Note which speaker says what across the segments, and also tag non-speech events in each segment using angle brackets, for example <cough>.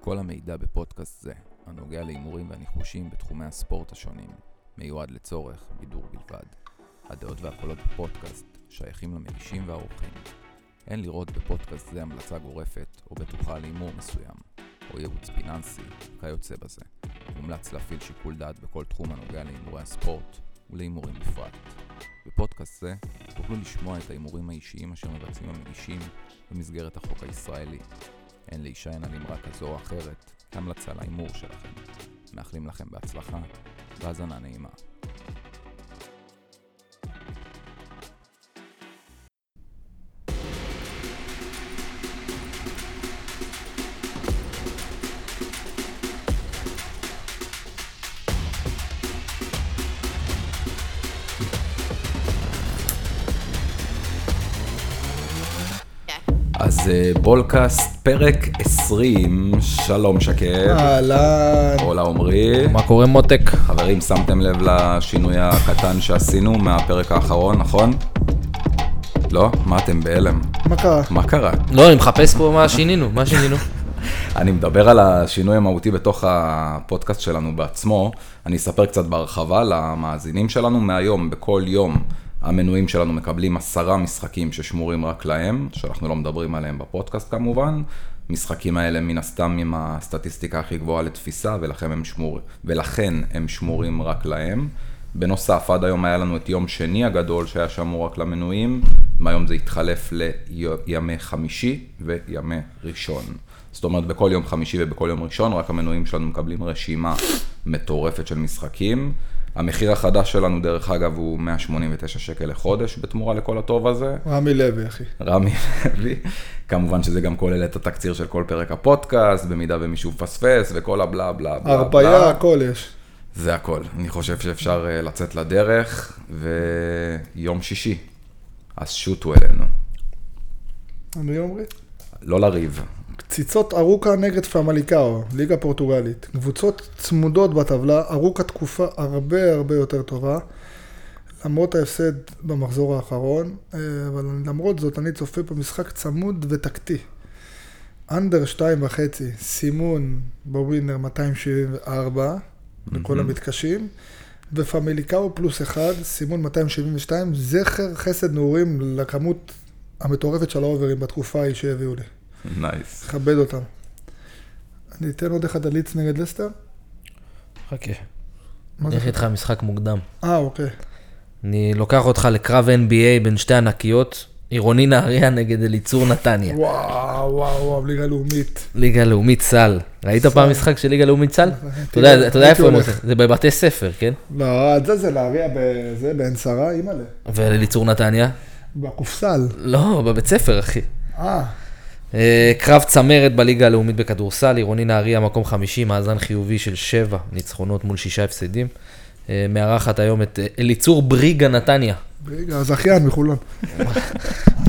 Speaker 1: כל המידע בפודקאסט זה, הנוגע להימורים והניחושים בתחומי הספורט השונים, מיועד לצורך בידור בלבד. הדעות והקולות בפודקאסט שייכים למגישים והאורחים. אין לראות בפודקאסט זה המלצה גורפת או בטוחה להימור מסוים, או ייעוץ פיננסי, כיוצא בזה. מומלץ להפעיל שיקול דעת בכל תחום הנוגע להימורי הספורט ולהימורים בפרט. בפודקאסט זה תוכלו לשמוע את ההימורים האישיים אשר מבצעים המגישים במסגרת החוק הישראלי. אין להישען על אמרה כזו או אחרת כהמלצה להימור שלכם. מאחלים לכם בהצלחה והאזנה נעימה. אז אה, בולקאסט פרק 20, שלום שקד,
Speaker 2: אה. אהלן.
Speaker 1: אולה עומרי.
Speaker 3: מה קורה מותק?
Speaker 1: חברים, שמתם לב לשינוי הקטן שעשינו מהפרק האחרון, נכון? לא? מה אתם בהלם?
Speaker 2: מה קרה?
Speaker 1: מה קרה?
Speaker 3: לא, אני מחפש פה מה שינינו, מה שינינו.
Speaker 1: אני מדבר על השינוי המהותי בתוך הפודקאסט שלנו בעצמו. אני אספר קצת בהרחבה למאזינים שלנו. מהיום, בכל יום, המנויים שלנו מקבלים עשרה משחקים ששמורים רק להם, שאנחנו לא מדברים עליהם בפודקאסט כמובן. משחקים האלה מן הסתם עם הסטטיסטיקה הכי גבוהה לתפיסה, ולכן הם, שמור... ולכן הם שמורים רק להם. בנוסף, עד היום היה לנו את יום שני הגדול שהיה שמור רק למנויים, מהיום זה התחלף לימי חמישי וימי ראשון. זאת אומרת, בכל יום חמישי ובכל יום ראשון, רק המנויים שלנו מקבלים רשימה מטורפת של משחקים. המחיר החדש שלנו, דרך אגב, הוא 189 שקל לחודש בתמורה לכל הטוב הזה.
Speaker 2: רמי לוי, אחי.
Speaker 1: רמי לוי, כמובן שזה גם כולל את התקציר של כל פרק הפודקאסט, במידה ומישהו מפספס, וכל הבלה בלה בלה.
Speaker 2: הרפאיה,
Speaker 1: בלה.
Speaker 2: הכל יש.
Speaker 1: זה הכל. אני חושב שאפשר אה, לצאת לדרך, ויום שישי. אז שוטו אלינו.
Speaker 2: אני אומרי.
Speaker 1: לא לריב.
Speaker 2: <laughs> קציצות ארוכה נגד פמליקאו, ליגה פורטוגלית. קבוצות צמודות בטבלה, ארוכה תקופה הרבה הרבה יותר טובה. למרות ההפסד במחזור האחרון, אה, אבל למרות זאת אני צופה במשחק צמוד ותקתי. אנדר שתיים וחצי, סימון בווינר 274 לכל המתקשים, ופמיליקאו פלוס אחד, סימון 272, זכר חסד נעורים לכמות המטורפת של האוברים בתקופה ההיא שהביאו לי.
Speaker 1: נייס.
Speaker 2: כבד אותם. אני אתן עוד אחד על ליץ נגד לסטר?
Speaker 3: חכה.
Speaker 2: מה
Speaker 3: <laughs>
Speaker 2: זה?
Speaker 3: נלך איתך משחק מוקדם.
Speaker 2: אה, אוקיי.
Speaker 3: אני לוקח אותך לקרב NBA בין שתי ענקיות, עירוני נהריה נגד אליצור נתניה.
Speaker 2: וואו, וואו, וואו, ליגה לאומית.
Speaker 3: ליגה לאומית סל. ראית פעם משחק של ליגה לאומית סל? אתה
Speaker 2: אה, הייתי
Speaker 3: יודע- אתה יודע איפה הם
Speaker 2: הולך.
Speaker 3: עושים? זה בבתי ספר, כן? לא,
Speaker 2: זה זה להריע בזה, בעין שרה, אימא'לה.
Speaker 3: ולליצור נתניה?
Speaker 2: בקופסל.
Speaker 3: לא, בבית ספר, אחי.
Speaker 2: אה,
Speaker 3: אה, קרב צמרת בליגה הלאומית בכדורסל, עירוני נהריה מקום 50, מאזן חיובי של 7 ניצחונות מול 6 הפסדים. אה, מארחת היום את אה, אליצור בריגה נתניה,
Speaker 2: רגע, הזכיין מחולון.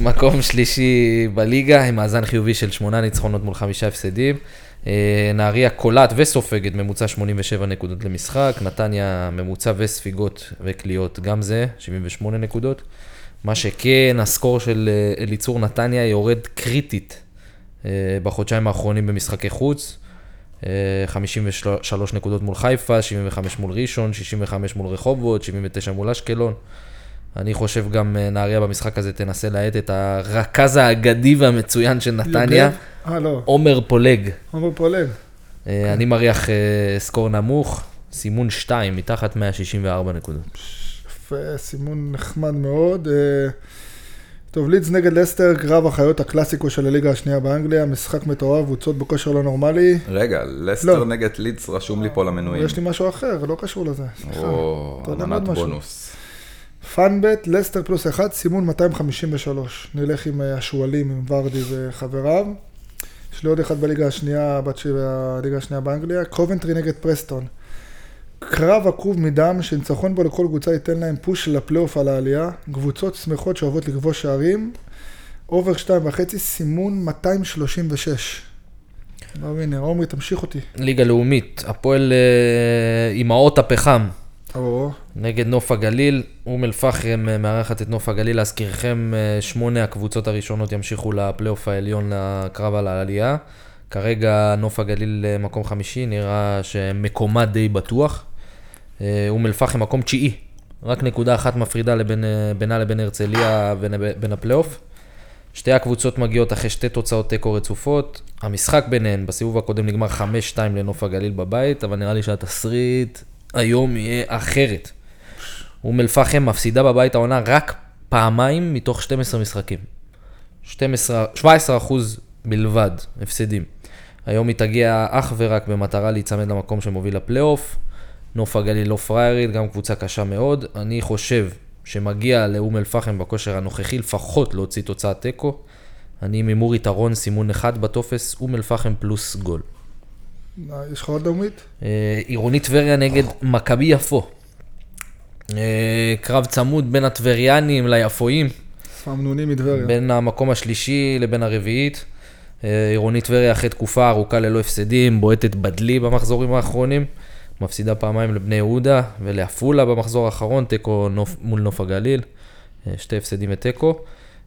Speaker 3: מקום שלישי בליגה עם מאזן חיובי של 8 ניצחונות מול 5 הפסדים. אה, נהריה קולעת וסופגת ממוצע 87 נקודות למשחק, נתניה ממוצע וספיגות וקליעות גם זה, 78 נקודות. מה שכן, הסקור של אה, אליצור נתניה יורד קריטית אה, בחודשיים האחרונים במשחקי חוץ. אה, 53 נקודות מול חיפה, 75 מול ראשון, 65 מול רחובות, 79 מול אשקלון. אני חושב גם אה, נהריה במשחק הזה תנסה להאט את הרכז האגדי והמצוין של נתניה,
Speaker 2: יוגב? אה, לא.
Speaker 3: עומר פולג.
Speaker 2: עומר פולג.
Speaker 3: אה, אני מריח אה, סקור נמוך, סימון 2, מתחת 164 נקודות.
Speaker 2: יפה, סימון נחמד מאוד. אה, טוב, לידס נגד לסטר, קרב החיות הקלאסיקו של הליגה השנייה באנגליה, משחק מטורף, קבוצות בכושר לא נורמלי.
Speaker 1: רגע, לסטר
Speaker 2: לא.
Speaker 1: נגד לידס רשום לי פה למנויים.
Speaker 2: יש לי משהו אחר, לא קשור לזה. סליחה.
Speaker 1: או,
Speaker 2: אתה יודע
Speaker 1: אמנת
Speaker 2: עוד משהו?
Speaker 1: בונוס.
Speaker 2: פאנבט, לסטר פלוס אחד, סימון 253. נלך עם אה, השועלים, עם ורדי וחבריו. יש לי עוד אחד בליגה השנייה, בת ש- הליגה השנייה באנגליה, קובנטרי נגד פרסטון. קרב עקוב מדם, שניצחון בו לכל קבוצה ייתן להם פוש לפלייאוף על העלייה. קבוצות שמחות שאוהבות לכבוש שערים. אובר שתיים וחצי, סימון 236. לא הנה, עומרי, תמשיך אותי.
Speaker 3: ליגה לאומית, הפועל אה, אימהות הפחם
Speaker 2: או,
Speaker 3: נגד נוף הגליל, אום אל-פחם אה, מארחת את נוף הגליל, להזכירכם, אה, שמונה הקבוצות הראשונות ימשיכו לפלייאוף העליון לקרב על העלייה. כרגע נוף הגליל אה, מקום חמישי, נראה שמקומה די בטוח. אה, אום אל-פחם מקום תשיעי, רק נקודה אחת מפרידה לבין, אה, בינה לבין הרצליה בין, בין הפלייאוף. שתי הקבוצות מגיעות אחרי שתי תוצאות תיקו רצופות. המשחק ביניהן בסיבוב הקודם נגמר 5-2 לנוף הגליל בבית, אבל נראה לי שהתסריט היום יהיה אחרת. אום אל-פחם מפסידה בבית העונה רק פעמיים מתוך 12 משחקים. 12, 17 אחוז בלבד הפסדים. היום היא תגיע אך ורק במטרה להיצמד למקום שמוביל לפלייאוף. נוף הגליל לא פריירית, גם קבוצה קשה מאוד. אני חושב שמגיע לאום אל-פחם בכושר הנוכחי לפחות להוציא תוצאת תיקו. אני עם הימור יתרון סימון אחד בטופס, אום אל-פחם פלוס גול.
Speaker 2: אה, יש לך עוד לאומית?
Speaker 3: אה, עירוני טבריה נגד מכבי יפו. אה, קרב צמוד בין הטבריאנים ליפואים.
Speaker 2: ספמנונים מטבריה.
Speaker 3: בין המקום השלישי לבין הרביעית. אה, עירוני טבריה אחרי תקופה ארוכה ללא הפסדים, בועטת בדלי במחזורים האחרונים. מפסידה פעמיים לבני יהודה ולעפולה במחזור האחרון, תיקו נוף, מול נוף הגליל. אה, שתי הפסדים ותיקו.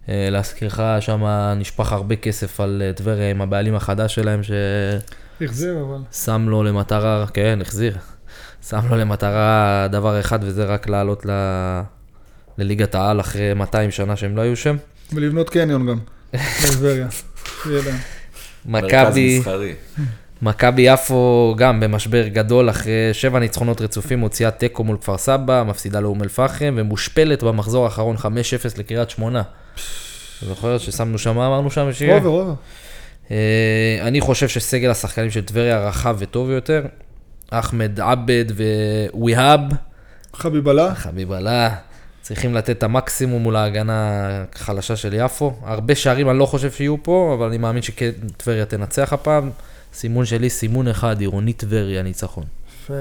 Speaker 3: אה, להזכירך, שם נשפך הרבה כסף על אה, טבריה עם הבעלים החדש שלהם, ש...
Speaker 2: החזיר אבל.
Speaker 3: שם לו למטרה, כן, החזיר. שם לו למטרה דבר אחד, וזה רק לעלות ל... לליגת העל אחרי 200 שנה שהם לא היו שם.
Speaker 2: ולבנות קניון גם. בטבריה. שיהיה להם.
Speaker 1: מרכז
Speaker 3: מכבי,
Speaker 1: מסחרי.
Speaker 3: מכבי יפו גם במשבר גדול אחרי שבע ניצחונות רצופים, מוציאה תיקו מול כפר סבא, מפסידה לאום אל-פחם, ומושפלת במחזור האחרון 5-0 לקריית שמונה. אתה זוכר ששמנו שם, מה אמרנו שם שיהיה?
Speaker 2: רובר, רובר.
Speaker 3: אה, אני חושב שסגל השחקנים של טבריה רחב וטוב יותר. אחמד עבד וויהאב,
Speaker 2: חביבלה.
Speaker 3: חביב עלה, צריכים לתת את המקסימום מול ההגנה החלשה של יפו. הרבה שערים אני לא חושב שיהיו פה, אבל אני מאמין שכן, טבריה תנצח הפעם. סימון שלי, סימון אחד, עירוני טבריה, ניצחון.
Speaker 2: יפה.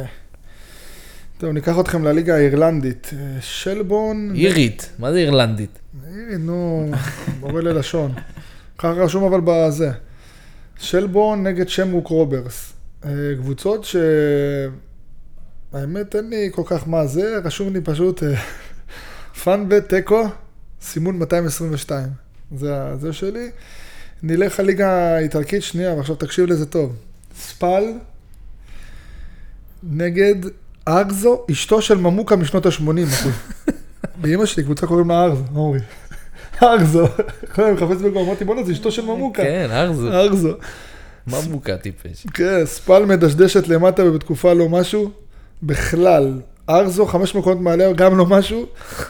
Speaker 2: טוב, ניקח אתכם לליגה האירלנדית. אה, שלבון...
Speaker 3: אירית, מה זה אירלנדית?
Speaker 2: אירי, נו, מורה ללשון. <laughs> ככה רשום אבל בזה. שלבון נגד שמרוק רוברס. אה, קבוצות ש... האמת, אין לי כל כך מה זה, רשום לי פשוט אה, <laughs> פאן ותיקו, סימון 222. זה, ה- זה שלי. נלך לליגה האיטלקית שנייה, ועכשיו תקשיב לזה טוב. ספל נגד ארזו, אשתו של ממוקה משנות ה-80. לאמא שלי קבוצה קוראים לה ארזו, אורי. <laughs> ארזו. <laughs> כל היום מחפש בגלל, אמרתי בואנה זה אשתו של ממוקה.
Speaker 3: כן, ארזו.
Speaker 2: ארזו.
Speaker 3: ממוקה טיפש.
Speaker 2: כן, ספל מדשדשת למטה ובתקופה לא משהו. בכלל, ארזו חמש מקומות מעליה גם לא משהו.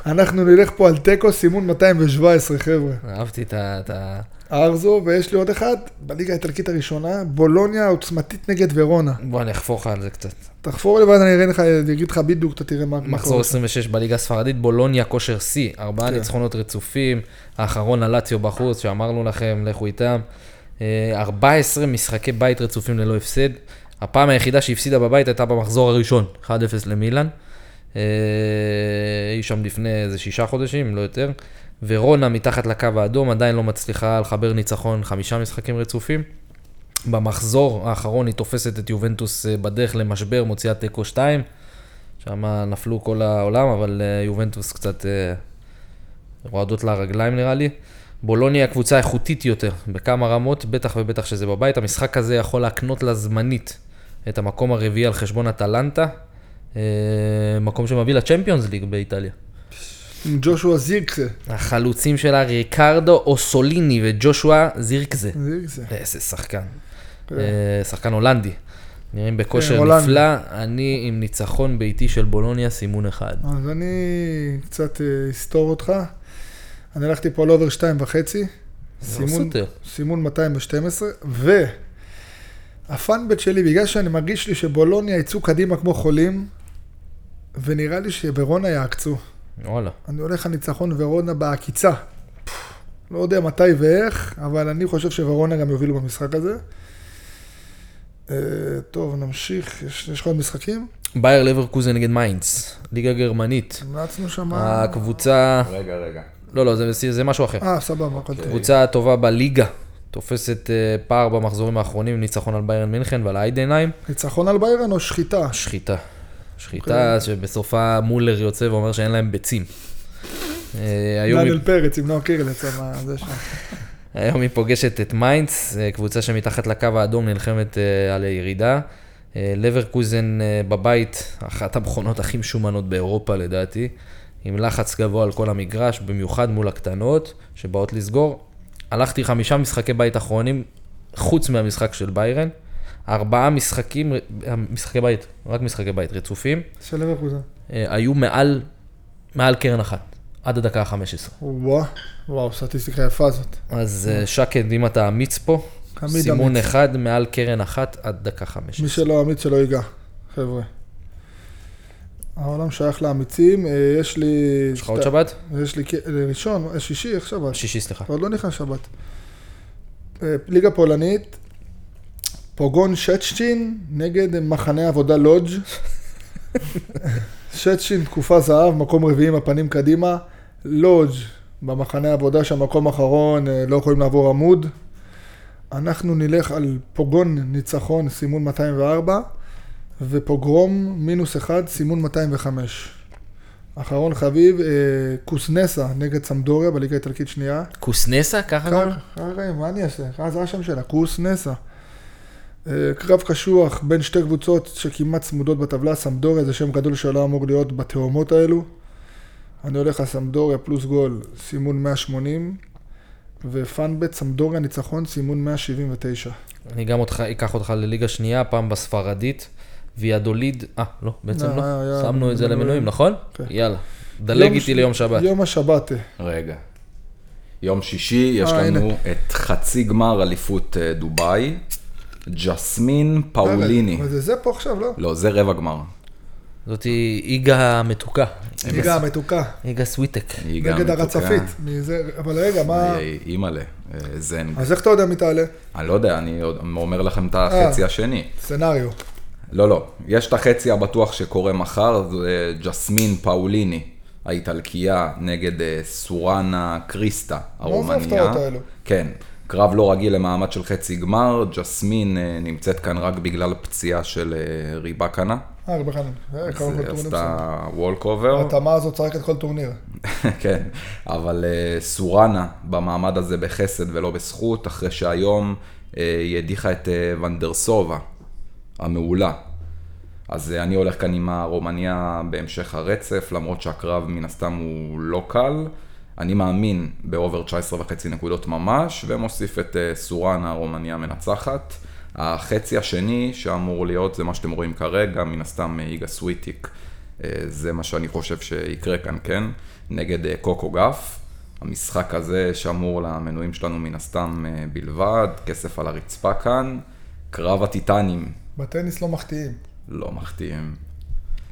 Speaker 2: אנחנו נלך פה על תיקו סימון 217 חבר'ה.
Speaker 3: אהבתי את ה... את ה-
Speaker 2: ארזו ויש לי עוד אחד בליגה האיטלקית הראשונה, בולוניה העוצמתית נגד ורונה.
Speaker 3: בוא, אני אחפור לך על זה קצת.
Speaker 2: תחפור לבד אני אראה לך, אני אגיד לך בדיוק, אתה תראה מה מה
Speaker 3: מחזור
Speaker 2: קורה.
Speaker 3: 26 בליגה הספרדית, בולוניה כושר שיא, ארבעה
Speaker 2: כן.
Speaker 3: ניצחונות רצופים, האחרון הלציו בחוץ, שאמרנו לכם, לכו איתם. אה, 14 משחקי בית רצופים ללא הפסד. הפעם היחידה שהפסידה בבית הייתה במחזור הראשון, 1-0 למילאן. אה, היא שם לפני איזה שישה חודשים, לא יותר. ורונה מתחת לקו האדום, עדיין לא מצליחה לחבר ניצחון חמישה משחקים רצופים. במחזור האחרון היא תופסת את יובנטוס אה, בדרך למשבר, מוציאה תיקו 2. שם נפלו כל העולם, אבל אה, יובנטוס קצת אה, רועדות לה הרגליים נראה לי. בולוניה היא הקבוצה האיכותית יותר, בכמה רמות, בטח ובטח שזה בבית. המשחק הזה יכול להקנות לה זמנית את המקום הרביעי על חשבון אטלנטה, אה, מקום שמביא לצ'מפיונס ליג באיטליה.
Speaker 2: עם ג'ושוע זירקסה.
Speaker 3: החלוצים שלה ריקרדו אוסוליני וג'ושוע זירקזה.
Speaker 2: זירקסה.
Speaker 3: איזה שחקן.
Speaker 2: כן.
Speaker 3: אה, שחקן הולנדי. נראים בכושר
Speaker 2: הולנדי.
Speaker 3: נפלא, אני עם ניצחון ביתי של בולוניה, סימון אחד.
Speaker 2: אז אני קצת אה, אסתור אותך. אני הלכתי פה על אובר שתיים וחצי,
Speaker 3: זה לא
Speaker 2: סימון-
Speaker 3: סותר.
Speaker 2: סימון 212, והפאנבט שלי, בגלל שאני מרגיש לי שבולוניה יצאו קדימה כמו חולים, ונראה לי שברונה יעקצו.
Speaker 3: וואלה.
Speaker 2: אני הולך על ניצחון ורונה בעקיצה. לא יודע מתי ואיך, אבל אני חושב שוורונה גם יובילו במשחק הזה. אה, טוב, נמשיך. יש יש לך עוד משחקים?
Speaker 3: בייר לברקוזן נגד מיינץ, ליגה גרמנית.
Speaker 2: המלצנו שם...
Speaker 3: אה, הקבוצה...
Speaker 1: רגע, רגע.
Speaker 3: לא, לא, זה זה משהו אחר.
Speaker 2: אה, סבבה, הכל טוב.
Speaker 3: הקבוצה הטובה בליגה תופסת אה, פער במחזורים האחרונים, ניצחון על ביירן מינכן ועל איידנהיים.
Speaker 2: ניצחון על ביירן או שחיטה?
Speaker 3: שחיטה. שחיטה שבסופה מולר יוצא ואומר שאין להם ביצים. אה, היום-
Speaker 2: לא דניאל פרץ עם נועה קירל יצא מה... זה שם.
Speaker 3: היום היא פוגשת את מיינדס, אה, קבוצה שמתחת לקו האדום נלחמת אה, על הירידה. אה, לברקוזן אה, בבית, אחת המכונות הכי משומנות באירופה לדעתי, עם לחץ גבוה על כל המגרש, במיוחד מול הקטנות שבאות לסגור. הלכתי חמישה משחקי בית אחרונים, חוץ מהמשחק של ביירן. ארבעה משחקים, אה, משחקי בית, רק משחקי בית רצופים,
Speaker 2: של לברקוזן.
Speaker 3: אה, היו מעל, מעל קרן אחת, עד הדקה ה-15.
Speaker 2: וואו, וואו, סטטיסטיקה יפה זאת.
Speaker 3: אז אה, שקד, אם אתה אמיץ פה,
Speaker 2: תמיד
Speaker 3: סימון
Speaker 2: אמיץ.
Speaker 3: אחד מעל קרן אחת עד דקה חמש.
Speaker 2: מי שלא אמיץ שלא ייגע, חבר'ה. העולם שייך לאמיצים, אה, יש לי...
Speaker 3: יש לך עוד שבת?
Speaker 2: יש לי כ- ראשון, אה, שישי, איך שבת?
Speaker 3: שישי, סליחה.
Speaker 2: עוד לא נכנס שבת. אה, ליגה פולנית, פוגון שצ'צ'ין נגד מחנה עבודה לודג'. <laughs> שצ'צ'ין תקופה זהב, מקום רביעי עם הפנים קדימה. לודג' במחנה עבודה שהמקום האחרון, אה, לא יכולים לעבור עמוד. אנחנו נלך על פוגון ניצחון, סימון 204, ופוגרום מינוס 1, סימון 205. אחרון חביב, אה, קוסנסה נגד סמדוריה בליגה האיטלקית שנייה.
Speaker 3: קוסנסה, ככה קוראים?
Speaker 2: ככה, ככה, מה אני אעשה? ככה זה השם שלה, קורס נסה. אה, קרב קשוח בין שתי קבוצות שכמעט צמודות בטבלה, סמדוריה זה שם גדול שלא אמור להיות בתהומות האלו. אני הולך על סמדוריה פלוס גול, סימון 180, ופאנבט סמדוריה ניצחון, סימון 179.
Speaker 3: אני גם אותך, אקח אותך לליגה שנייה, פעם בספרדית, ויאדוליד, אה, לא, בעצם
Speaker 2: לא,
Speaker 3: לא,
Speaker 2: היה-
Speaker 3: שמנו את זה
Speaker 2: היה-
Speaker 3: למנויים, נכון?
Speaker 2: כן.
Speaker 3: יאללה, דלג
Speaker 2: יום
Speaker 3: איתי
Speaker 2: ש-
Speaker 3: ליום שבת.
Speaker 2: יום השבת. אה.
Speaker 1: רגע. יום שישי, יש
Speaker 2: אה,
Speaker 1: לנו את חצי גמר אליפות אה, דובאי, ג'סמין פאוליני.
Speaker 2: אבל זה זה פה עכשיו, לא?
Speaker 1: לא, זה רבע גמר.
Speaker 3: זאת היא איגה מתוקה,
Speaker 2: ליגה המתוקה,
Speaker 3: איגה סוויטק.
Speaker 1: היא גם
Speaker 2: נגד
Speaker 1: מתוקה.
Speaker 2: הרצפית. מזה- אבל רגע, מה...
Speaker 1: אה, אימא'לה, אה, זנג.
Speaker 2: אז איך אתה יודע מי תעלה?
Speaker 1: אני לא יודע, אני עוד- אומר לכם את החצי
Speaker 2: אה.
Speaker 1: השני.
Speaker 2: סצנריו.
Speaker 1: לא, לא. יש את החצי הבטוח שקורה מחר, זה ג'סמין פאוליני, האיטלקייה, נגד אה, סורנה קריסטה,
Speaker 2: זה
Speaker 1: הרומניה.
Speaker 2: ההפתעות האלו?
Speaker 1: כן. קרב לא רגיל למעמד של חצי גמר, ג'סמין אה, נמצאת כאן רק בגלל פציעה של אה, ריבקנה.
Speaker 2: אה, רבי חנן. אה, כמה
Speaker 1: אז
Speaker 2: טורנירים
Speaker 1: אה,
Speaker 2: שם.
Speaker 1: עשתה וולק אובר.
Speaker 2: ההתאמה הזאת צועקת כל טורניר.
Speaker 1: <laughs> כן, אבל אה, סורנה במעמד הזה בחסד ולא בזכות, אחרי שהיום אה, היא הדיחה את אה, ונדרסובה המעולה. אז אה, אני הולך כאן עם הרומניה בהמשך הרצף, למרות שהקרב מן הסתם הוא לא קל. אני מאמין באובר 19 וחצי נקודות ממש, ומוסיף את אה, סורנה הרומניה המנצחת. החצי השני שאמור להיות, זה מה שאתם רואים כרגע, מן הסתם אה, איגה סוויטיק. אה, זה מה שאני חושב שיקרה כאן, כן? נגד אה, קוקו גף. המשחק הזה שמור למנויים שלנו מן הסתם אה, בלבד, כסף על הרצפה כאן. קרב הטיטנים,
Speaker 2: בטניס לא מחטיאים.
Speaker 1: לא מחטיאים.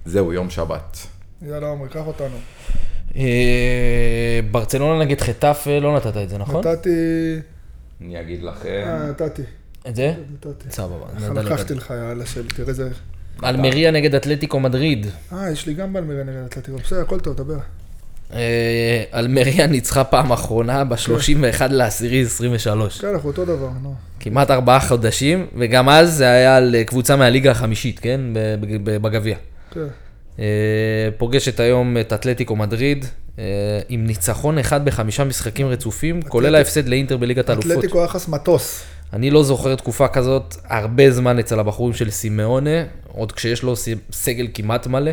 Speaker 1: זהו, יום שבת.
Speaker 2: יאללה עומרי, קח אותנו.
Speaker 3: אה, ברצלונה נגד חטאפה, לא נתת את זה, נכון?
Speaker 2: נתתי...
Speaker 1: אני אגיד לכם,
Speaker 2: אה, נתתי.
Speaker 3: את זה?
Speaker 2: נתתי.
Speaker 3: סבבה,
Speaker 2: איך
Speaker 3: נדלג על
Speaker 2: לקחתי
Speaker 3: זה.
Speaker 2: לך, יאללה שלי, תראה איזה...
Speaker 3: אלמריה נגד אתלטיקו מדריד.
Speaker 2: אה, יש לי גם בלמירי נגד אתלטיקו. בסדר, הכל טוב, דבר.
Speaker 3: אה, אלמריה ניצחה פעם אחרונה ב-31 לעשירי 23.
Speaker 2: כן, אנחנו אותו דבר, נו.
Speaker 3: כמעט ארבעה חודשים, וגם אז זה היה על אה, קבוצה מהליגה החמישית, כן? בג- בג- בגביע.
Speaker 2: כן.
Speaker 3: אה, פוגשת היום את אתלטיקו מדריד, אה, עם ניצחון אחד בחמישה משחקים רצופים, כולל ההפסד לאינטר בליגת האלופות.
Speaker 2: אתלטיקו יחס מטוס.
Speaker 3: אני לא זוכר תקופה כזאת הרבה זמן אצל הבחורים של סימאונה, עוד כשיש לו ס- סגל כמעט מלא.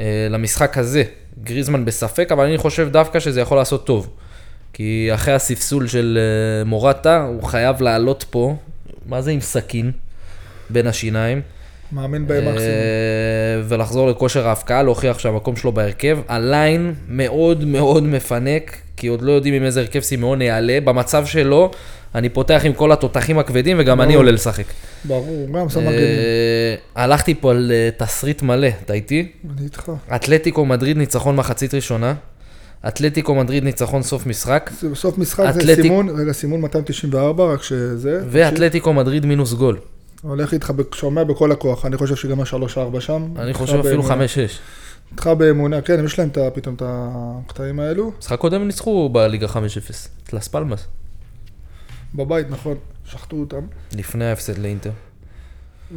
Speaker 3: אה, למשחק הזה, גריזמן בספק, אבל אני חושב דווקא שזה יכול לעשות טוב. כי אחרי הספסול של אה, מורטה, הוא חייב לעלות פה, מה זה עם סכין בין השיניים?
Speaker 2: מאמין בהם מקסימום.
Speaker 3: אה, ולחזור לכושר ההפקעה, להוכיח שהמקום שלו בהרכב. הליין מאוד מאוד מפנק, כי עוד לא יודעים עם איזה הרכב סימאון יעלה. במצב שלו, אני פותח עם כל התותחים הכבדים, וגם אני עולה לשחק.
Speaker 2: ברור, גם שם מגנים.
Speaker 3: אה, הלכתי פה על אה, תסריט מלא, אתה איתי?
Speaker 2: אני איתך.
Speaker 3: אתלטיקו מדריד ניצחון מחצית ראשונה. אתלטיקו מדריד ניצחון סוף משחק.
Speaker 2: זה בסוף משחק זה
Speaker 3: אתלטיק-
Speaker 2: סימון, רגע, סימון 294, רק שזה...
Speaker 3: ואתלטיקו מדריד מינוס גול.
Speaker 2: הולך איתך, ב- שומע בכל הכוח, אני חושב שגם ה-3-4 שם.
Speaker 3: אני
Speaker 2: איתך
Speaker 3: חושב אפילו
Speaker 2: באמונה.
Speaker 3: 5-6.
Speaker 2: איתך באמונה, כן, יש להם את ה- פתאום את הקטעים האלו.
Speaker 3: משחק קודם ניצחו בליגה 5-0. את לס פלמאס.
Speaker 2: בבית, נכון, שחטו אותם.
Speaker 3: לפני ההפסד לאינטר.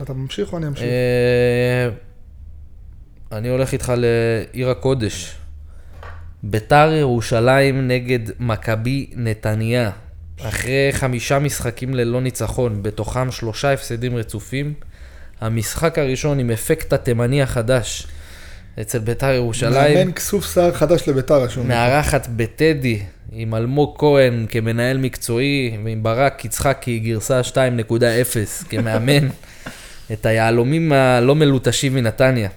Speaker 2: אתה ממשיך או אני אמשיך?
Speaker 3: אה, אני הולך איתך לעיר הקודש. ביתר ירושלים נגד מכבי נתניה. אחרי חמישה משחקים ללא ניצחון, בתוכם שלושה הפסדים רצופים, המשחק הראשון עם אפקט התימני החדש אצל ביתר ירושלים,
Speaker 2: מאמן כסוף שיער חדש לביתר רשום.
Speaker 3: מארחת בטדי עם אלמוג כהן כמנהל מקצועי, ועם ברק יצחקי גרסה 2.0 כמאמן, <laughs> את היהלומים הלא מלוטשים מנתניה.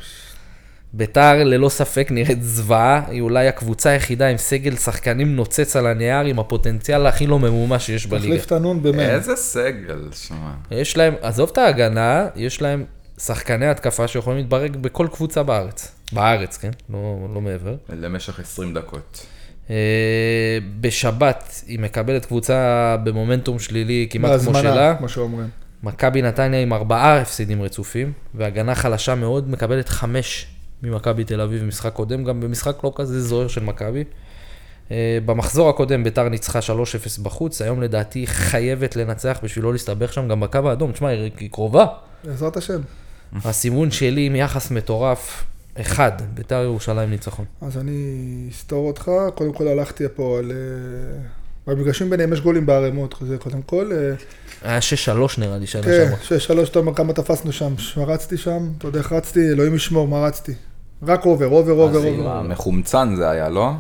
Speaker 3: ביתר ללא ספק נראית זוועה, היא אולי הקבוצה היחידה עם סגל שחקנים נוצץ על הנייר עם הפוטנציאל הכי לא ממומש שיש בליגה. אה,
Speaker 2: תחליף את הנון במאה.
Speaker 1: איזה סגל, שמע.
Speaker 3: יש להם, עזוב את ההגנה, יש להם שחקני התקפה שיכולים להתברג בכל קבוצה בארץ. בארץ, כן? לא, לא מעבר.
Speaker 1: למשך 20 דקות.
Speaker 3: אה, בשבת היא מקבלת קבוצה במומנטום שלילי כמעט כמו שלה.
Speaker 2: בהזמנה, כמו שאומרים.
Speaker 3: מכבי נתניה עם ארבעה הפסדים רצופים, והגנה חלשה מאוד, מקבלת חמש ממכבי תל אביב במשחק קודם, גם במשחק לא כזה זוהר של מכבי. אה, במחזור הקודם ביתר ניצחה 3-0 בחוץ, היום לדעתי היא חייבת לנצח בשביל לא להסתבך שם גם בקו האדום. תשמע, היא היא
Speaker 2: <laughs>
Speaker 3: קרובה.
Speaker 2: בעזרת השם.
Speaker 3: הסימון שלי עם יחס מטורף, אחד, ביתר ירושלים ניצחון.
Speaker 2: אז אני אסתור אותך. קודם כל הלכתי פה על... אה, במגרשים ביניהם יש גולים בערימות, זה קודם כל. אה,
Speaker 3: היה 6-3 נראה לי שנה
Speaker 2: כן,
Speaker 3: שעברה.
Speaker 2: שש, שלוש, אתה אומר כמה תפסנו שם. שמע, רצתי שם, אתה יודע איך רצתי, אלוהים ישמור, מה רצתי? רק אובר, אובר, אובר,
Speaker 3: אז
Speaker 2: אובר.
Speaker 3: אה.
Speaker 1: מחומצן זה היה, לא?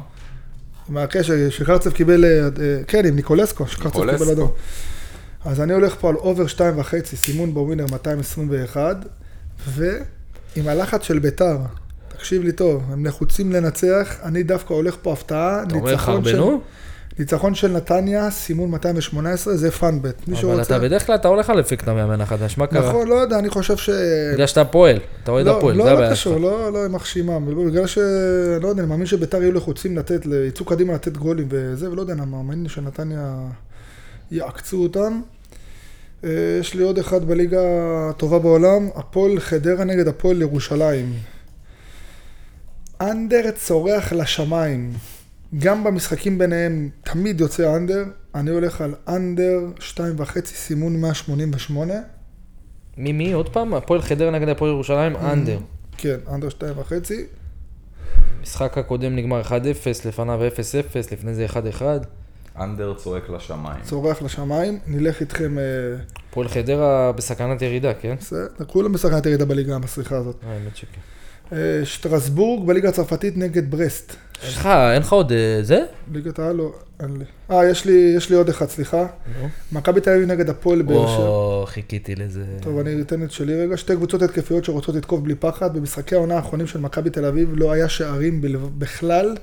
Speaker 2: עם הקשר, שקרצב קיבל, אה, אה, כן, עם ניקולסקו, שקרצב
Speaker 1: ניקולסקו.
Speaker 2: קיבל אדום. אז אני הולך פה על אובר שתיים וחצי, סימון בווינר 221, ועם הלחץ של ביתר, תקשיב לי טוב, הם נחוצים לנצח, אני דווקא הולך פה הפתעה,
Speaker 3: אתה אומר לך
Speaker 2: ניצחון
Speaker 3: הרבה,
Speaker 2: של,
Speaker 3: נו?
Speaker 2: ניצחון של נתניה, סימון 218, זה פאנבט. מי
Speaker 3: אבל
Speaker 2: שרוצה,
Speaker 3: אתה בדרך כלל, אתה הולך על אפקט המאמן החדש, מה קרה?
Speaker 2: נכון, לא יודע, אני חושב ש...
Speaker 3: בגלל שאתה פועל, אתה אוהד
Speaker 2: לא,
Speaker 3: הפועל,
Speaker 2: לא,
Speaker 3: זה
Speaker 2: לא
Speaker 3: הבעיה שלך.
Speaker 2: קשור, לא, לא עם מחשימה, בגלל ש... לא יודע, אני מאמין שביתר יהיו לחוצים לתת, יצאו קדימה לתת גולים וזה, ולא יודע, אני מאמין שנתניה יעקצו אותם. אה, יש לי עוד אחד בליגה הטובה בעולם, הפועל חדרה נגד הפועל ירושלים. אנדר צורח לשמיים. גם במשחקים ביניהם תמיד יוצא אנדר. אני הולך על אנדר שתיים וחצי, סימון 188.
Speaker 3: מי, מי, עוד פעם? הפועל חדרה נגד הפועל
Speaker 2: Mm.
Speaker 3: ירושלים, אנדר.
Speaker 2: כן, אנדר שתיים וחצי.
Speaker 3: המשחק הקודם נגמר 1-0, לפניו 0-0, לפני זה 1-1.
Speaker 1: אנדר צועק לשמיים.
Speaker 2: צורח לשמיים, נלך איתכם, אה,
Speaker 3: הפועל חדרה בסכנת ירידה, כן?
Speaker 2: בסדר, כולם בסכנת ירידה בליגה המסריחה הזאת.
Speaker 3: האמת שכן.
Speaker 2: אה, שטרסבורג בליגה הצרפתית נגד ברסט.
Speaker 3: יש לך, אין לך עוד אה, זה?
Speaker 2: ליגת העל לא... אין לי. אה, יש לי, יש לי עוד אחד, סליחה.
Speaker 3: נו.
Speaker 2: מכבי תל אביב נגד הפועל לא. באר שבע.
Speaker 3: או, חיכיתי לזה.
Speaker 2: טוב, אני אתן את שלי רגע. שתי קבוצות התקפיות שרוצות לתקוף בלי פחד. במשחקי העונה האחרונים של מכבי תל אביב לא היה שערים בלב- בכלל.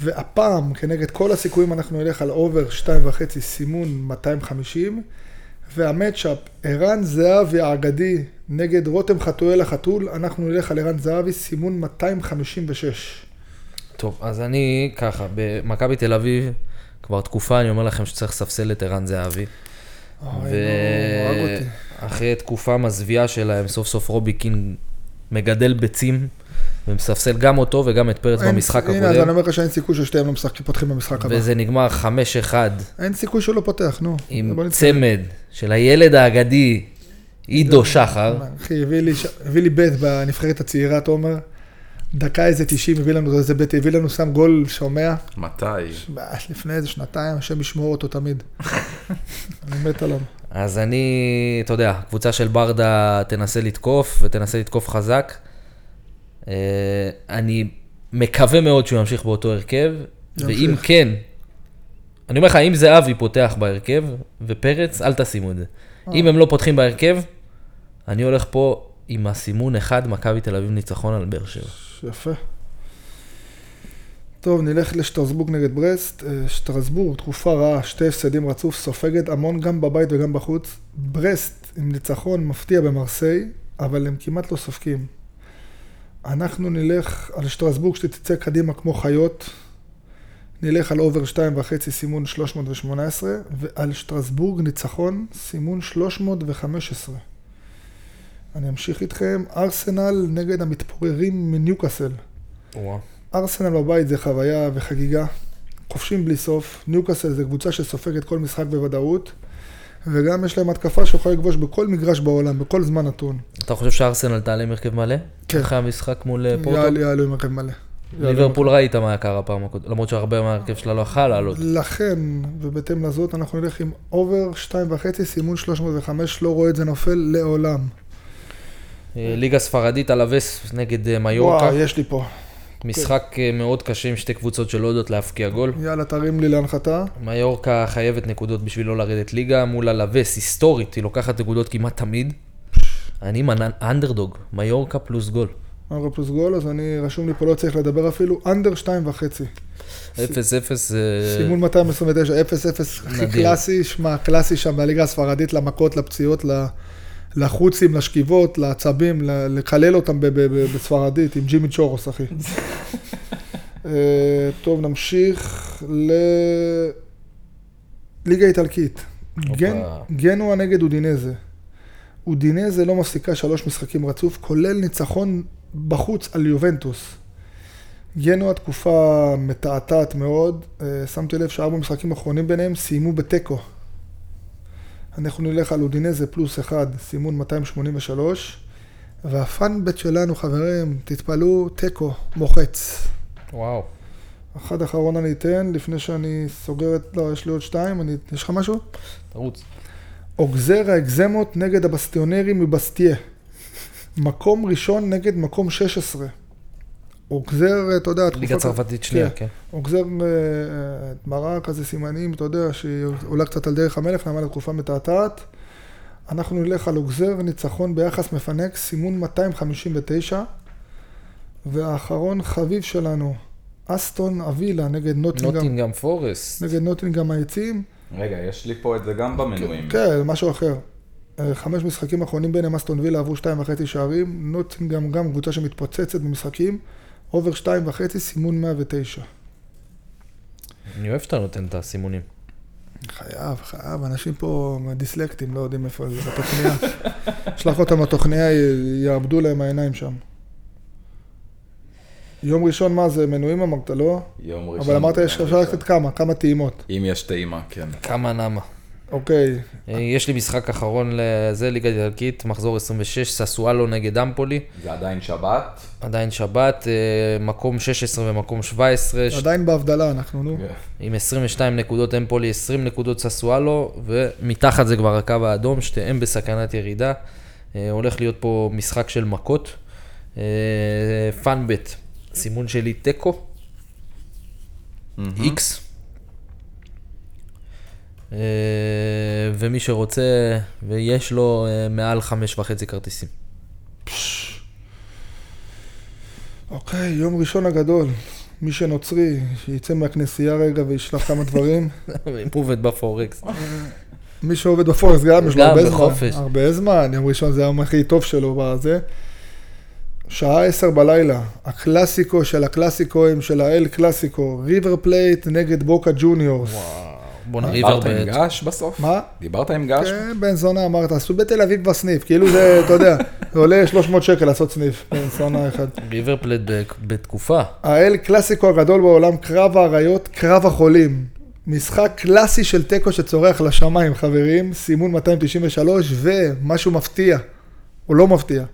Speaker 2: והפעם, כנגד כל הסיכויים, אנחנו נלך על אובר 2.5 סימון 250. והמצ'אפ, ערן זהבי האגדי נגד רותם חתואל החתול, אנחנו נלך על ערן זהבי סימון 256.
Speaker 3: טוב, אז אני ככה, במכבי תל אביב, כבר תקופה אני אומר לכם שצריך לספסל את ערן זהבי.
Speaker 2: אוי, נו, הרג אותי.
Speaker 3: ואחרי תקופה מזוויעה שלהם, סוף סוף רובי קין מגדל ביצים ומספסל גם אותו וגם את פרץ
Speaker 2: אין-
Speaker 3: במשחק
Speaker 2: הנה, אז אני
Speaker 3: הקודם.
Speaker 2: אומר לך שאין סיכוי ששתיהם לא משחקים, פותחים במשחק הבא.
Speaker 3: וזה נגמר 5-1
Speaker 2: אין סיכוי שהוא לא פותח, נו. בוא
Speaker 3: עם
Speaker 2: נתקדם.
Speaker 3: צמד של הילד האגדי עידו שחר.
Speaker 2: אחי, הביא לי, ש- הביא לי בית בנבחרת הצעירה, תומר. דקה איזה 90, הביא לנו איזה בית, הביא לנו שם גול שומע.
Speaker 1: מתי?
Speaker 2: מה, לפני איזה שנתיים, השם ישמור אותו תמיד. אני מת עליו.
Speaker 3: אז אני, אתה יודע, קבוצה של ברדה תנסה לתקוף, ותנסה לתקוף חזק. אה, אני מקווה מאוד שהוא ימשיך באותו הרכב,
Speaker 2: ימשיך.
Speaker 3: ואם כן, אני אומר לך, אם זהבי פותח בהרכב, ופרץ, אל תשימו את זה.
Speaker 2: אה.
Speaker 3: אם הם לא פותחים בהרכב, אני הולך פה עם הסימון 1, מכבי תל אביב ניצחון על באר שבע.
Speaker 2: יפה. טוב, נלך לשטרסבורג נגד ברסט. אה, שטרסבורג, תקופה רעה, שתי הפסדים רצוף, סופגת המון גם בבית וגם בחוץ. ברסט עם ניצחון מפתיע במרסיי, אבל הם כמעט לא סופגים. אנחנו נלך על שטרסבורג שתצא קדימה כמו חיות. נלך על אובר שתיים וחצי, סימון 318, ועל שטרסבורג ניצחון, סימון 315. אני אמשיך איתכם, ארסנל נגד המתפוררים מניוקאסל. ארסנל בבית זה חוויה וחגיגה, כובשים בלי סוף, ניוקאסל זה קבוצה שסופגת כל משחק בוודאות, וגם יש להם התקפה שיכולה לכבוש בכל מגרש בעולם, בכל זמן נתון.
Speaker 3: אה, אתה חושב שארסנל תעלה עם הרכב מלא?
Speaker 2: כן.
Speaker 3: אחרי המשחק מול אה, פורטו?
Speaker 2: יעלו יעלו עם הרכב מלא.
Speaker 3: ליברפול ראית מה קרה פעם הקודמת, למרות שהרבה מההרכב שלה לא יכל לעלות.
Speaker 2: לכן, ובהתאם לזאת, אנחנו נלך עם אובר 2.5, סימון 305, לא רואה את זה נופל לעולם.
Speaker 3: אה, ליגה ספרדית, אלווס נגד אה, מיורקה.
Speaker 2: וואו, יש לי פה.
Speaker 3: משחק אה, מאוד קשה עם שתי קבוצות שלא יודעות להבקיע גול.
Speaker 2: יאללה, תרים לי להנחתה.
Speaker 3: מיורקה חייבת נקודות בשביל לא לרדת ליגה מול הלווס, היסטורית, היא לוקחת נקודות כמעט תמיד. אני עם אנדרדוג, מיורקה פלוס גול.
Speaker 2: אובר פלוס גול, אז אני, רשום לי פה, לא צריך לדבר אפילו, אנדר 2.5.
Speaker 3: 0-0, אה,
Speaker 2: סימון 229, 0-0, הכי
Speaker 3: נדיר.
Speaker 2: קלאסי, שמע, קלאסי שם בליגה הספרדית, למכות, לפציעות, ל- לחוצים, לשכיבות, לעצבים, ל- לקלל אותם ב- ב- ב- בספרדית, עם ג'ימי צ'ורוס, אחי. אה, טוב, נמשיך לליגה איטלקית. גן,
Speaker 3: הופה.
Speaker 2: גנוע נגד אודינזה. אודינזה לא מפסיקה שלוש משחקים רצוף, כולל ניצחון בחוץ על יובנטוס. גנוע תקופה מתעתעת מאוד, אה, שמתי לב שארבע משחקים האחרונים ביניהם סיימו בתיקו. אנחנו נלך על אודינזה פלוס אחד, סימון 283, והפאנבט שלנו חברים, תתפלאו, תיקו, מוחץ.
Speaker 3: וואו.
Speaker 2: אחד אחרון אני אתן, לפני שאני סוגר את... לא, יש לי עוד שתיים, אני... יש לך משהו?
Speaker 3: תרוץ.
Speaker 2: אוגזר האגזמות נגד הבסטיונרים מבסטיה. מקום ראשון נגד מקום 16. אוגזר, אתה יודע, תקופה
Speaker 3: ליגה
Speaker 2: כזאת-
Speaker 3: צרפתית שנייה, כן.
Speaker 2: אוגזר אה, אה, מראה כזה סימנים, אתה יודע, שהיא עולה קצת על דרך המלך, נאמר לתקופה מתעתעת. אנחנו נלך על אוגזר, ניצחון ביחס מפנק, סימון 259. והאחרון חביב שלנו, אסטון אבילה נגד נוטינגאם,
Speaker 3: נוטינגאם פורסט.
Speaker 2: נגד נוטינגאם העצים.
Speaker 1: רגע, יש לי פה את זה גם במנויים.
Speaker 2: כן, זה משהו אחר. אה, חמש משחקים אחרונים ביניהם אסטון וילה עברו שתיים וחצי שערים, נוטינגאם גם קבוצה שמתפוצצת במשחקים, אובר שתיים וחצי, סימון 109.
Speaker 3: אני אוהב שאתה נותן את הסימונים.
Speaker 2: חייב, חייב, אנשים פה דיסלקטים, לא יודעים איפה זה בתוכניה.
Speaker 1: <laughs>
Speaker 2: שלח אותם לתוכניה, י- יאבדו להם העיניים שם. יום ראשון, מה זה, מנויים אמרת, לא?
Speaker 1: יום ראשון.
Speaker 2: אבל אמרת, יש- אפשר לתת כמה, כמה טעימות.
Speaker 1: אם יש טעימה, כן.
Speaker 3: כמה נמה.
Speaker 2: אוקיי,
Speaker 3: אה, יש לי משחק אחרון לזה, ליגה איטלקית, מחזור 26, ססואלו נגד אמפולי.
Speaker 1: זה עדיין שבת.
Speaker 3: עדיין שבת, אה, מקום 16 ומקום 17, ש-
Speaker 2: עדיין בהבדלה אנחנו,
Speaker 1: כן.
Speaker 2: נו.
Speaker 3: עם 22 נקודות אמפולי, 20 נקודות ססואלו, ומתחת זה כבר הקו האדום, שתיהם בסכנת ירידה. אה, הולך להיות פה משחק של מכות. אה, פאנבט, סימון שלי תיקו, איקס. אה, ומי שרוצה, ויש לו אה, מעל חמש וחצי כרטיסים. <laughs>
Speaker 2: אוקיי, יום ראשון הגדול. מי שנוצרי, שיצא מהכנסייה רגע וישלח כמה דברים. <laughs>
Speaker 3: אם הוא עובד בפורקס.
Speaker 2: מי שעובד בפורקס גם, יש לו
Speaker 3: גם
Speaker 2: הרבה זמן.
Speaker 3: בחופש.
Speaker 2: הרבה זמן, יום ראשון זה היום הכי טוב שלו בזה. שעה עשר בלילה, הקלאסיקו של הקלאסיקוים של האל קלאסיקו, ריבר פלייט נגד בוקה ג'וניורס.
Speaker 3: בוא נריב
Speaker 1: דיברת עם
Speaker 3: הרבה.
Speaker 1: געש בסוף?
Speaker 2: מה?
Speaker 1: דיברת עם געש?
Speaker 2: כן, בן זונה אמרת, עשו בתל אביב בסניף, כאילו זה, אתה יודע, זה עולה 300 שקל לעשות סניף, בן זונה אחד.
Speaker 3: ריברפלד בתקופה.
Speaker 2: האל קלאסיקו הגדול בעולם, קרב האריות, קרב החולים. משחק קלאסי של תיקו שצורח לשמיים, חברים. סימון 293, ומשהו מפתיע, או לא מפתיע.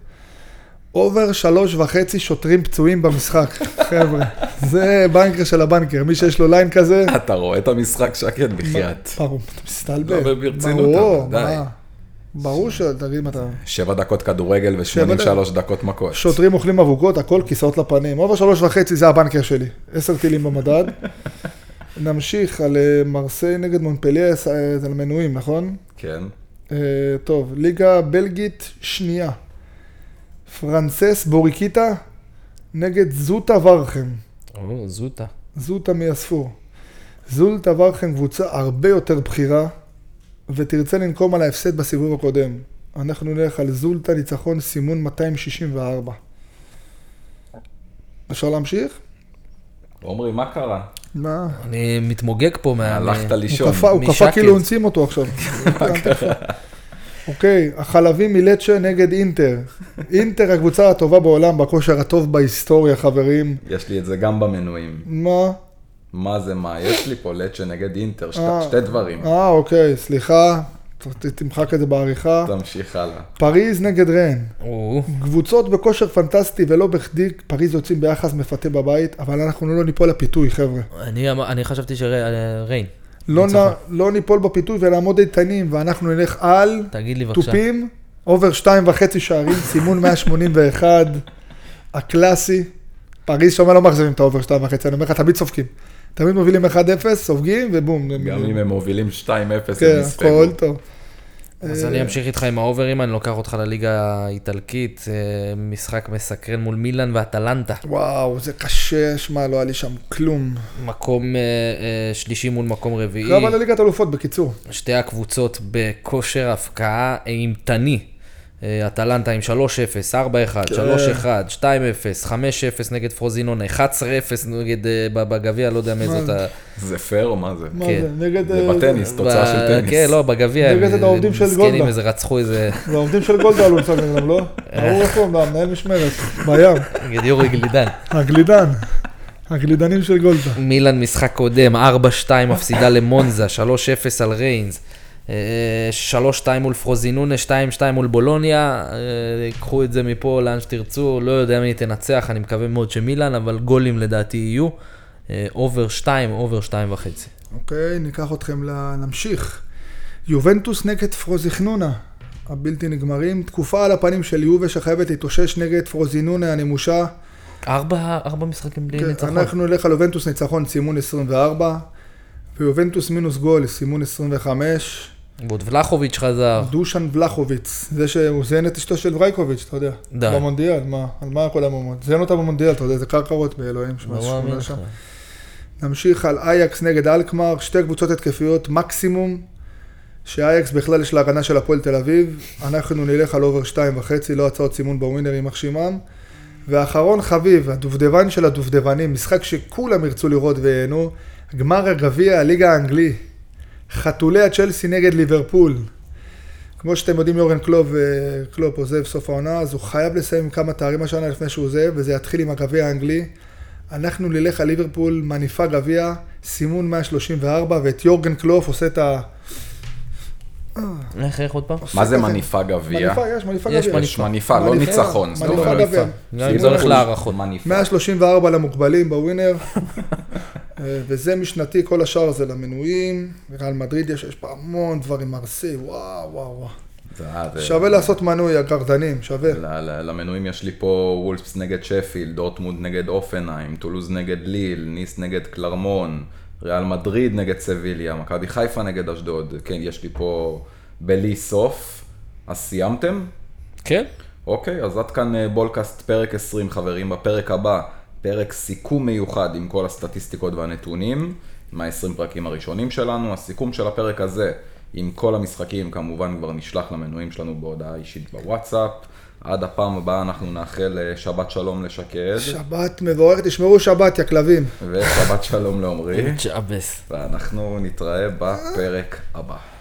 Speaker 2: אובר שלוש וחצי שוטרים פצועים במשחק, <laughs> חבר'ה. זה בנקר של הבנקר, מי שיש לו ליין כזה...
Speaker 1: אתה רואה את המשחק שקד בחייאת.
Speaker 2: ברור, אתה מסתלבט.
Speaker 1: לא, ברצינות,
Speaker 2: ברור,
Speaker 1: אבל די.
Speaker 2: מה? ברור ש... תגיד מה אתה...
Speaker 1: שבע דקות כדורגל ו-83 דקות מכות.
Speaker 2: שוטרים אוכלים אבוקות, הכל כיסאות לפנים. אובר שלוש וחצי זה הבנקר שלי. עשר טילים במדד. <laughs> נמשיך על אה, מרסיי נגד מונפליה, ס- אה, זה על מנויים, נכון?
Speaker 1: כן.
Speaker 2: אה, טוב, ליגה בלגית שנייה. פרנסס בוריקיטה נגד זוטה ורחם.
Speaker 3: או, זוטה.
Speaker 2: זוטה מיספור. זוטה ורחם קבוצה הרבה יותר בכירה, ותרצה לנקום על ההפסד בסיבוב הקודם. אנחנו נלך על זולטה ניצחון סימון 264. אפשר להמשיך?
Speaker 1: עומרי, מה קרה?
Speaker 2: מה?
Speaker 3: אני מתמוגג פה מה...
Speaker 2: אה,
Speaker 1: הלכת
Speaker 3: מה-
Speaker 2: הוא
Speaker 1: לישון.
Speaker 2: קפא, הוא
Speaker 3: משקט.
Speaker 2: קפא כאילו אונסים אותו עכשיו. אוקיי, החלבים מלצ'ה נגד אינטר. אינטר הקבוצה הטובה בעולם, בכושר הטוב בהיסטוריה, חברים.
Speaker 1: יש לי את זה גם במנויים.
Speaker 2: מה?
Speaker 1: מה זה מה? יש לי פה לצ'ה נגד אינטר, שת-
Speaker 2: אה,
Speaker 1: שתי דברים.
Speaker 2: אה, אוקיי, סליחה. ת- תמחק את זה בעריכה.
Speaker 1: תמשיך הלאה.
Speaker 2: פריז נגד רן.
Speaker 3: או,
Speaker 2: קבוצות בכושר פנטסטי ולא בכדי, פריז יוצאים ביחס מפתה בבית, אבל אנחנו לא ניפול לפיתוי, חבר'ה.
Speaker 3: אני אמר- אני חשבתי אה, שריין,
Speaker 2: לא, נ...
Speaker 3: ניצחון.
Speaker 2: לא ניפול בפיתוי ונעמוד איתנים, ואנחנו נלך על
Speaker 3: תגיד לי בבקשה.
Speaker 2: תופים, אובר שתיים וחצי שערים, סימון 181, הקלאסי. פריז שם לא מאכזבים את האובר שתיים וחצי, אני אומר לך, תמיד סופגים. תמיד מובילים 1-0, סופגים ובום.
Speaker 1: גם אם הם מובילים 2-0,
Speaker 2: כן,
Speaker 1: הם יספגו.
Speaker 2: הכל טוב.
Speaker 3: אז
Speaker 2: אה,
Speaker 3: אני אמ- אמשיך איתך עם האוברים, אני לוקח אותך לליגה האיטלקית, אה, משחק מסקרן מול מילאן ואטלנטה.
Speaker 2: וואו, זה קשה, שמע, לא היה לי שם כלום.
Speaker 3: מקום אה, אה, שלישי מול מקום רביעי.
Speaker 2: קרב על הליגת אלופות, בקיצור.
Speaker 3: שתי הקבוצות בכושר הפקעה אימתני. אה, אטלנטה עם 3-0, 4-1, 3-1, 2-0, 5-0 נגד פרוזינון, 11-0 נגד אה, ב- בגביע, לא יודע מאיזאת ה...
Speaker 1: זה פייר או מה זה?
Speaker 2: מה
Speaker 3: כן.
Speaker 2: זה, נגד...
Speaker 1: זה
Speaker 2: אה,
Speaker 1: בטניס,
Speaker 3: ב-
Speaker 1: תוצאה של טניס.
Speaker 3: כן, לא, בגביע,
Speaker 2: נגד את העובדים של
Speaker 3: מסכנים
Speaker 2: גולדה.
Speaker 3: איזה, רצחו איזה, <laughs>
Speaker 2: והעובדים של גולדהל הוא משחק נגדם, לא?
Speaker 3: אה.
Speaker 2: ברור איפה הם, לא, מנהל משמרת, בים,
Speaker 3: נגד יורי גלידן.
Speaker 2: הגלידן, הגלידנים של גולדה.
Speaker 3: מילאן משחק קודם, 4-2 מפסידה למונזה, 3-0 על ריינס, אה, 3-2 מול פרוזינונה, 2-2 מול בולוניה, אה, קחו את זה מפה לאן שתרצו, לא יודע מי תנצח, אני מקווה מאוד שמילאן, אבל גולים לדעתי יהיו, אה, אובר 2, אובר 2 וחצי.
Speaker 2: אוקיי, ניקח אתכם, ל- נמשיך. יובנטוס נגד פרוזיכנונה, הבלתי נגמרים. תקופה על הפנים של יובה שחייבת להתאושש נגד פרוזינונה הנמושה.
Speaker 3: ארבע, ארבע משחקים בלי
Speaker 2: כן,
Speaker 3: ניצחון.
Speaker 2: אנחנו נלך על יובנטוס ניצחון סימון 24, ויובנטוס מינוס גול סימון 25.
Speaker 3: ועוד ולחוביץ' חזר,
Speaker 2: דושן ולחוביץ, זה שהוא זיין את אשתו של ורייקוביץ', אתה יודע.
Speaker 3: די.
Speaker 2: במונדיאל, מה? על מה כל המומות? זיין אותה במונדיאל, אתה יודע, זה קרקרות באלוהים. שמע,
Speaker 3: לא
Speaker 2: שמונה
Speaker 3: מאמין
Speaker 2: שם.
Speaker 3: לך.
Speaker 2: נמשיך על אייקס נגד אלקמר, שתי קבוצות התקפיות מקסימום, שאייקס בכלל יש לה הגנה של הפועל תל אביב, אנחנו נלך על אובר שתיים וחצי, לא הצעות סימון בווינרים מחשימם. ואחרון חביב, הדובדבן של הדובדבנים, משחק שכולם ירצו לראות וייהנו, גמר הגביע, הליגה האנגלי, חתולי הצ'לסי נגד ליברפול. כמו שאתם יודעים, יורן קלוב, אה, קלופ עוזב סוף העונה, אז הוא חייב לסיים עם כמה תארים השנה לפני שהוא עוזב, וזה יתחיל עם הגביע האנגלי. אנחנו נלך על ליברפול, מניפה גביע, סימון 134, ואת יורגן קלוף עושה את ה...
Speaker 3: איך, איך עוד פעם?
Speaker 1: מה זה
Speaker 2: כזה.
Speaker 1: מניפה גביע?
Speaker 2: מניפה, יש מניפה
Speaker 3: יש
Speaker 2: גביע.
Speaker 1: יש מניפה, לא
Speaker 2: מניפה,
Speaker 1: ניצחון. לא זה
Speaker 2: מניפה
Speaker 1: אומר
Speaker 2: גביע.
Speaker 3: גם אם
Speaker 1: סימון
Speaker 3: צריך
Speaker 1: הוא
Speaker 3: להערכות.
Speaker 1: מניפה.
Speaker 2: 134 למוגבלים בווינר, אה, וזה משנתי, כל השאר זה למנויים. ריאל מדריד יש, יש פה המון דברים, ארסי, וואו, וואו, וואו.
Speaker 1: זה- אה, זה-
Speaker 2: שווה לעשות מנוי, הגרדנים, שווה.
Speaker 1: ל- ל- למנויים יש לי פה וולפס נגד שפילד, דורטמונד נגד אופנהיים, טולוז נגד ליל, ניס נגד קלרמון, ריאל מדריד נגד סביליה, מכבי חיפה נגד אשדוד. כן, יש לי פה בלי סוף. אז סיימתם?
Speaker 3: כן?
Speaker 1: אוקיי, אז עד כאן אה, בולקאסט פרק 20, חברים. בפרק הבא, פרק סיכום מיוחד עם כל הסטטיסטיקות והנתונים, מה-20 פרקים הראשונים שלנו. הסיכום של הפרק הזה, עם כל המשחקים, כמובן כבר נשלח למנויים שלנו בהודעה אישית בוואטסאפ. עד הפעם הבאה אנחנו נאחל אה, שבת שלום לשקד,
Speaker 2: שבת מבורכת, תשמרו שבת, יא כלבים.
Speaker 1: ושבת שלום לעומרי,
Speaker 3: צ'אבס.
Speaker 1: ואנחנו נתראה בפרק הבא.